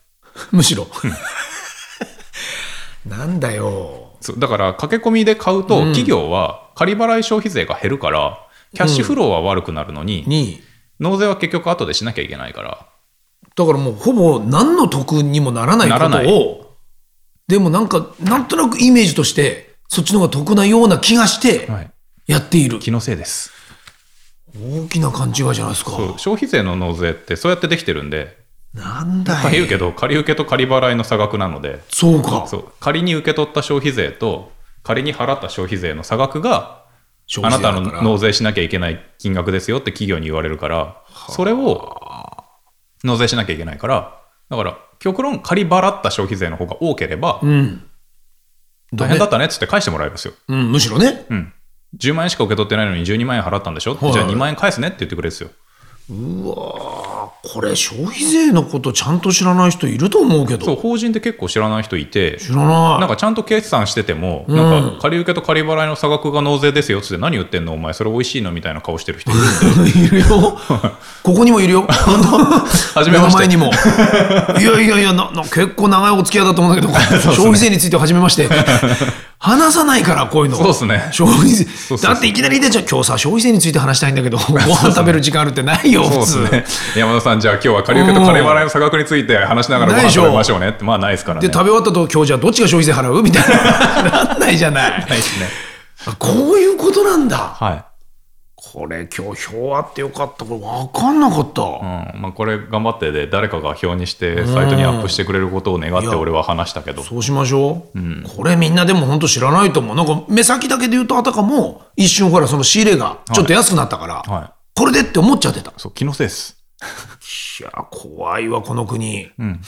[SPEAKER 1] む しろ。なんだよ。
[SPEAKER 2] そうだから駆け込みで買うと、
[SPEAKER 1] うん
[SPEAKER 2] 企業は仮払い消費税が減るから、キャッシュフローは悪くなるのに、
[SPEAKER 1] に、
[SPEAKER 2] 納税は結局後でしなきゃいけないから。
[SPEAKER 1] だからもうほぼ何の得にもならないこ
[SPEAKER 2] ならない
[SPEAKER 1] とを、でもなんか、なんとなくイメージとして、そっちの方が得なような気がして、
[SPEAKER 2] はい、
[SPEAKER 1] やっている。
[SPEAKER 2] 気のせいです
[SPEAKER 1] 大きな勘違いじゃないですか。
[SPEAKER 2] そう消費税の納税ってそうやってできてるんで、
[SPEAKER 1] なんだよ。
[SPEAKER 2] まあ言うけど借り受けと借り払いの差額なので
[SPEAKER 1] そうか。
[SPEAKER 2] そう仮に受け取った消費税と仮に払った消費税の差額が
[SPEAKER 1] 消
[SPEAKER 2] あな
[SPEAKER 1] 費税
[SPEAKER 2] た
[SPEAKER 1] だか
[SPEAKER 2] の
[SPEAKER 1] ら
[SPEAKER 2] 納税しなきゃいけない金額ですよって企業に言われるからそれを納税しなきゃいけないからだから極論借り払った消費税の方が多ければ
[SPEAKER 1] うん。
[SPEAKER 2] 大変だったねっつって返してもらえますよ、
[SPEAKER 1] うん、むしろね。
[SPEAKER 2] うん、10万円しか受け取ってないのに12万円払ったんでしょじゃあ
[SPEAKER 1] い
[SPEAKER 2] 2万円返すねって言ってくれるんですよ
[SPEAKER 1] うわーこれ消費税のことちゃんと知らない人いると思うけ
[SPEAKER 2] そう
[SPEAKER 1] ど。
[SPEAKER 2] 法人って結構知らない人いて
[SPEAKER 1] 知らない。
[SPEAKER 2] なんかちゃんと決算してても、
[SPEAKER 1] ん
[SPEAKER 2] なんか借り受けと借り払いの差額が納税ですよっつって、何言ってんの、お前、それ美味しいのみたいな顔してる人いるんで
[SPEAKER 1] いるよ。 ここにもいるよ。初
[SPEAKER 2] めまして
[SPEAKER 1] 前にも。いやいやいやなな、結構長いお付き合いだと思うんだけ ど、消費税については初めまして。話さないから、こういうの。
[SPEAKER 2] そうっすね
[SPEAKER 1] 消費税
[SPEAKER 2] うそうそう
[SPEAKER 1] だっていきなり出ちゃう。今日さ、消費税について話したいん だけど、ご飯食べる時間あるってないよ、普通。
[SPEAKER 2] そうですね、山田さん、じゃあ今日は借り受けと借り払いの差額について話しながらご
[SPEAKER 1] ない
[SPEAKER 2] 飯
[SPEAKER 1] でしょ
[SPEAKER 2] 食べましょうねって、まあないですから
[SPEAKER 1] で、
[SPEAKER 2] ね。
[SPEAKER 1] 食べ終わったと、今日じゃあどっちが消費税払うみたい な。なんないじゃない。
[SPEAKER 2] ないですね。
[SPEAKER 1] あこういうことなんだ。
[SPEAKER 2] はい
[SPEAKER 1] これ今日表あってよかった。これ分かんなかった。
[SPEAKER 2] うんまあ、これ頑張ってで誰かが表にしてサイトにアップしてくれることを願って俺は話したけど
[SPEAKER 1] そうしましょう、これみんなでも本当知らないと思う。なんか目先だけで言うとあたかも一瞬ほらその仕入れがちょっと安くなったから、
[SPEAKER 2] は
[SPEAKER 1] これでって思っちゃってた。
[SPEAKER 2] そう気のせいです
[SPEAKER 1] いや、怖いわ、この国。
[SPEAKER 2] ん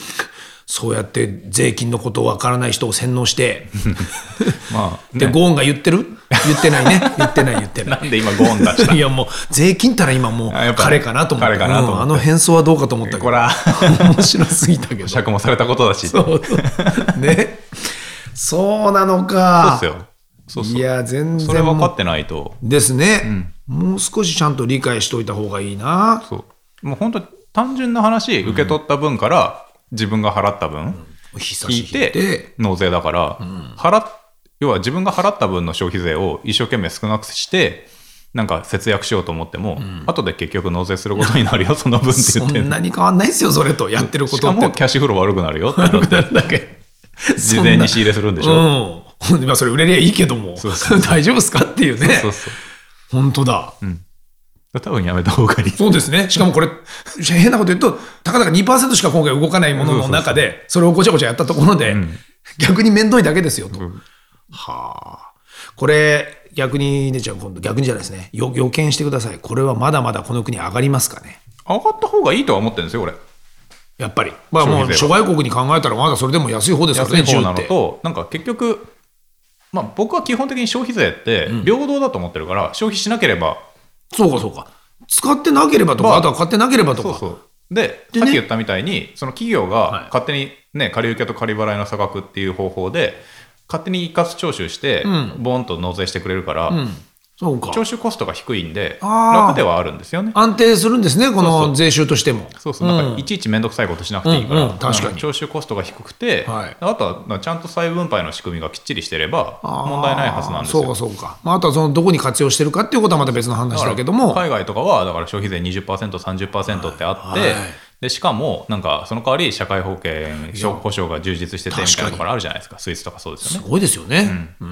[SPEAKER 1] そうやって税金のことわからない人を洗脳 して。
[SPEAKER 2] まあ、
[SPEAKER 1] で、
[SPEAKER 2] ね
[SPEAKER 1] ゴーンが言ってる言ってないね。 言ってない言ってな。
[SPEAKER 2] ないんで今ゴーン出した
[SPEAKER 1] いやもう税金ったら今もう
[SPEAKER 2] あやっぱ
[SPEAKER 1] 彼かなと思って
[SPEAKER 2] 彼かなと思って
[SPEAKER 1] うんあの変装はどうかと思ったけど
[SPEAKER 2] こら
[SPEAKER 1] 面白すぎた けど
[SPEAKER 2] 釈もされたことだしそう
[SPEAKER 1] そうねそうなのか
[SPEAKER 2] ですよそうそう
[SPEAKER 1] いや、全
[SPEAKER 2] それ
[SPEAKER 1] 然
[SPEAKER 2] 分か
[SPEAKER 1] もう。
[SPEAKER 2] ってないと
[SPEAKER 1] ですね、もう少しちゃんと理解しておいた方がいいな。
[SPEAKER 2] そうもう本当単純な話受け取った分から自分が払った分、
[SPEAKER 1] 久
[SPEAKER 2] 引いて、納税だから、払っ要は自分が払った分の消費税を一生懸命少なくしてなんか節約しようと思っても、後で結局納税することにな るよその分って言
[SPEAKER 1] そ
[SPEAKER 2] って
[SPEAKER 1] んなに変わんないですよ、それと。やってるこ
[SPEAKER 2] し
[SPEAKER 1] と
[SPEAKER 2] か
[SPEAKER 1] って
[SPEAKER 2] も。キャッシュフロー悪くなる よってなって
[SPEAKER 1] だけ。
[SPEAKER 2] 事前に仕入れするんでしょ
[SPEAKER 1] ょ。うん。ま あ、それ売れりゃいいけども、
[SPEAKER 2] そうそ
[SPEAKER 1] 大丈夫ですかっていうね。
[SPEAKER 2] そうそう
[SPEAKER 1] 本当だ。
[SPEAKER 2] 多分やめた方がいい
[SPEAKER 1] そうですね。しかもこれ、変なこと言うと、たかだか2%しか今回動かないものの中で、それをごちゃごちゃやったところで、逆に面倒いだけですよと。
[SPEAKER 2] うん
[SPEAKER 1] はあ。これ、逆に、ねちゃん、今度、逆にじゃないですね。よ予見してください。これはまだまだこの国上がりますかね。
[SPEAKER 2] 上がった方がいいとは思ってるんですよ俺
[SPEAKER 1] やっぱり。まあ、
[SPEAKER 2] 消
[SPEAKER 1] もう、
[SPEAKER 2] 費税
[SPEAKER 1] 諸
[SPEAKER 2] は
[SPEAKER 1] 外国に考えたら、まだそれでも安い方ですから
[SPEAKER 2] 安
[SPEAKER 1] ね、
[SPEAKER 2] い方な
[SPEAKER 1] 10っ
[SPEAKER 2] の
[SPEAKER 1] て。
[SPEAKER 2] となんか結局まあ僕は基本的に消費税って平等だと思ってるから、消費しなければ
[SPEAKER 1] そうか、そうか。使ってなければとか、
[SPEAKER 2] まあ
[SPEAKER 1] あとは買ってなければとか。
[SPEAKER 2] そうそうで
[SPEAKER 1] でね
[SPEAKER 2] さっき言ったみたいにその企
[SPEAKER 1] は
[SPEAKER 2] 業
[SPEAKER 1] い
[SPEAKER 2] が勝手に、ね借り受けと借り払いの差額っていう方法で勝手に一括徴収して、
[SPEAKER 1] うん
[SPEAKER 2] ボンと納税してくれるから、
[SPEAKER 1] うん。そうか。
[SPEAKER 2] 徴収コストが低いんで
[SPEAKER 1] あー
[SPEAKER 2] 楽ではあるんですよね。
[SPEAKER 1] 安定するんですね、こ
[SPEAKER 2] そうそ
[SPEAKER 1] の
[SPEAKER 2] う
[SPEAKER 1] 税収としても。
[SPEAKER 2] そうそうなん
[SPEAKER 1] う
[SPEAKER 2] か
[SPEAKER 1] ん
[SPEAKER 2] いちいち面倒くさいことしなくていいから、
[SPEAKER 1] うんうん確かに
[SPEAKER 2] あの徴収コストが低くて、
[SPEAKER 1] はい
[SPEAKER 2] あとはちゃんと再分配の仕組みがきっちりしてれば問題ないはずなんです
[SPEAKER 1] そう
[SPEAKER 2] よ
[SPEAKER 1] か、。そうか。まあ、あとはそのどこに活用してるかっていうことはまた別の話だけども。
[SPEAKER 2] 海外とかはだから消費税 20%30% ってあって、
[SPEAKER 1] はい
[SPEAKER 2] でしかもなんかその代わり社会保険保障が充実しててみ
[SPEAKER 1] 確
[SPEAKER 2] たい
[SPEAKER 1] かに
[SPEAKER 2] なところあるじゃないですかスイスとかそうです
[SPEAKER 1] す
[SPEAKER 2] よね
[SPEAKER 1] ごいですよね。
[SPEAKER 2] ま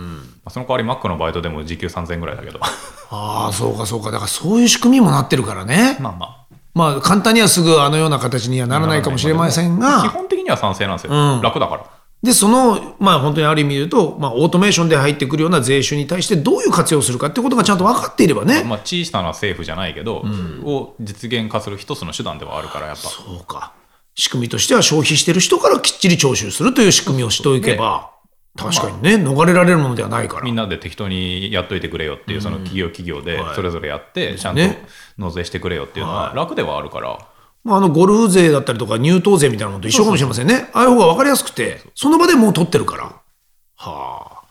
[SPEAKER 2] あその代わりマックのバイトでも時給3000円ぐらいだけど
[SPEAKER 1] ああ、そうか、そうか。だからそういう仕組みにもなってるからね。
[SPEAKER 2] まあまあ
[SPEAKER 1] まあ、簡単にはすぐあのような形にはならないかもしれません
[SPEAKER 2] 基
[SPEAKER 1] が、
[SPEAKER 2] 本的には賛成なんですよ、
[SPEAKER 1] うん
[SPEAKER 2] 楽だから
[SPEAKER 1] で、その、まあ、本当にある意味で言うと、まあ、オートメーションで入ってくるような税収に対してどういう活用するかってことがちゃんと分かっていればね。
[SPEAKER 2] まあ、小さな政府じゃないけど、を実現化する一つの手段ではあるからやっぱ
[SPEAKER 1] そうか。仕組みとしては消費してる人からきっちり徴収するという仕組みをしておけば、確かにね、逃れられるものではないから
[SPEAKER 2] み。んなで適当にやっといてくれよっていうその企業企業で
[SPEAKER 1] はい
[SPEAKER 2] それぞれやってちゃんと
[SPEAKER 1] ね
[SPEAKER 2] 納税してくれよっていうのは楽ではあるから。
[SPEAKER 1] まあ、あのゴルフ税だったりとか入党税みたいなのと一緒かもしれませんね。ああいう方が分かりやすくて、その場でもう取ってるから。はあ。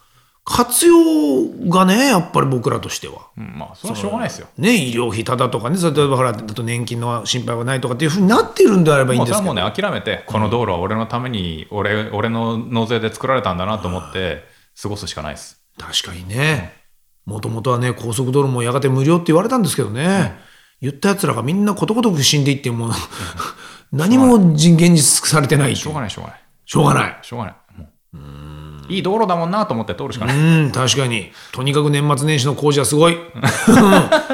[SPEAKER 1] 活用がね、やっぱり僕らとしては。
[SPEAKER 2] うんまあ、それはしょうがないですよ。
[SPEAKER 1] ね、医療費ただとかね、それ例えばほら、だと年金の心配がないとかっていうふうになっているんであればいいん
[SPEAKER 2] もう
[SPEAKER 1] で
[SPEAKER 2] そ
[SPEAKER 1] す
[SPEAKER 2] れ
[SPEAKER 1] け
[SPEAKER 2] は
[SPEAKER 1] ど。
[SPEAKER 2] もうね、諦めて、この道路は俺のために、俺俺の納税で作られたんだなと思って、過ごすしかないです。
[SPEAKER 1] 確かにね。もともとはね、高速道路もやがて無料って言われたんですけどね。言った奴らがみんなことごとく死んでいってもう、 何も現実されてない
[SPEAKER 2] しょうがない、しょうがない。
[SPEAKER 1] しょうがない。
[SPEAKER 2] しょうがない。もういい道路だもんなと思って通るしかない。
[SPEAKER 1] うん、確かに。とにかく年末年始の工事はすごい。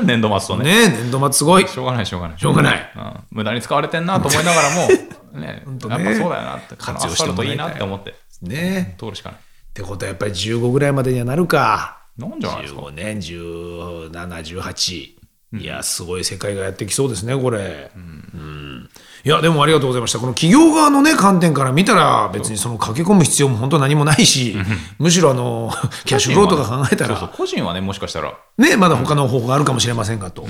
[SPEAKER 2] 年度末と ね。
[SPEAKER 1] ねえ、年度末すごい。
[SPEAKER 2] しょうがない、しょうがない。
[SPEAKER 1] しょうがない。
[SPEAKER 2] うん無駄に使われてんなと思いながら も、ね、
[SPEAKER 1] 当ね
[SPEAKER 2] やっぱそうだよなって、
[SPEAKER 1] 活
[SPEAKER 2] 活
[SPEAKER 1] 用
[SPEAKER 2] 用
[SPEAKER 1] し
[SPEAKER 2] してて
[SPEAKER 1] も
[SPEAKER 2] も
[SPEAKER 1] ら
[SPEAKER 2] い
[SPEAKER 1] い
[SPEAKER 2] い
[SPEAKER 1] たい
[SPEAKER 2] なって思って、
[SPEAKER 1] ね
[SPEAKER 2] 通るしかない。
[SPEAKER 1] え。ってことはやっぱり15ぐらいまでにはなるか。
[SPEAKER 2] なんじゃないですか。
[SPEAKER 1] 15年、17、18。いや、すごい世界がやってきそうですね、これ。うんいや、でもありがとうございました。この企業側のね、観点から見たら、別にその駆け込む必要も本当何もないし、むしろあ の、キャッシュフローとか考えた
[SPEAKER 2] そう
[SPEAKER 1] ら、
[SPEAKER 2] そう個人はね、もしかしたら、
[SPEAKER 1] ね、まだ他の方法があるかもしれませんがと。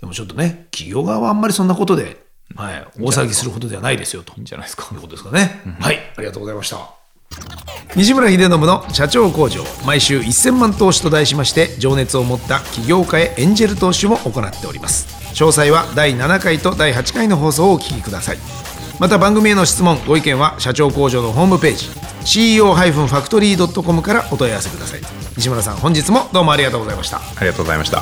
[SPEAKER 1] でもちょっとね、企業側はあんまりそんなことで、はい、大騒ぎすることではないですよと。
[SPEAKER 2] いいんじゃないですか。
[SPEAKER 1] ということですかね、はいありがとうございました西村秀信の社長工場毎週1000万投資と題しまして情熱を持った起業家へエンジェル投資も行っております詳細は第7回と第8回の放送をお聞きくださいまた番組への質問ご意見は社長工場のホームページ CEO-factory.com からお問い合わせください西村さん本日もどうもありがとうございました
[SPEAKER 2] ありがとうございました。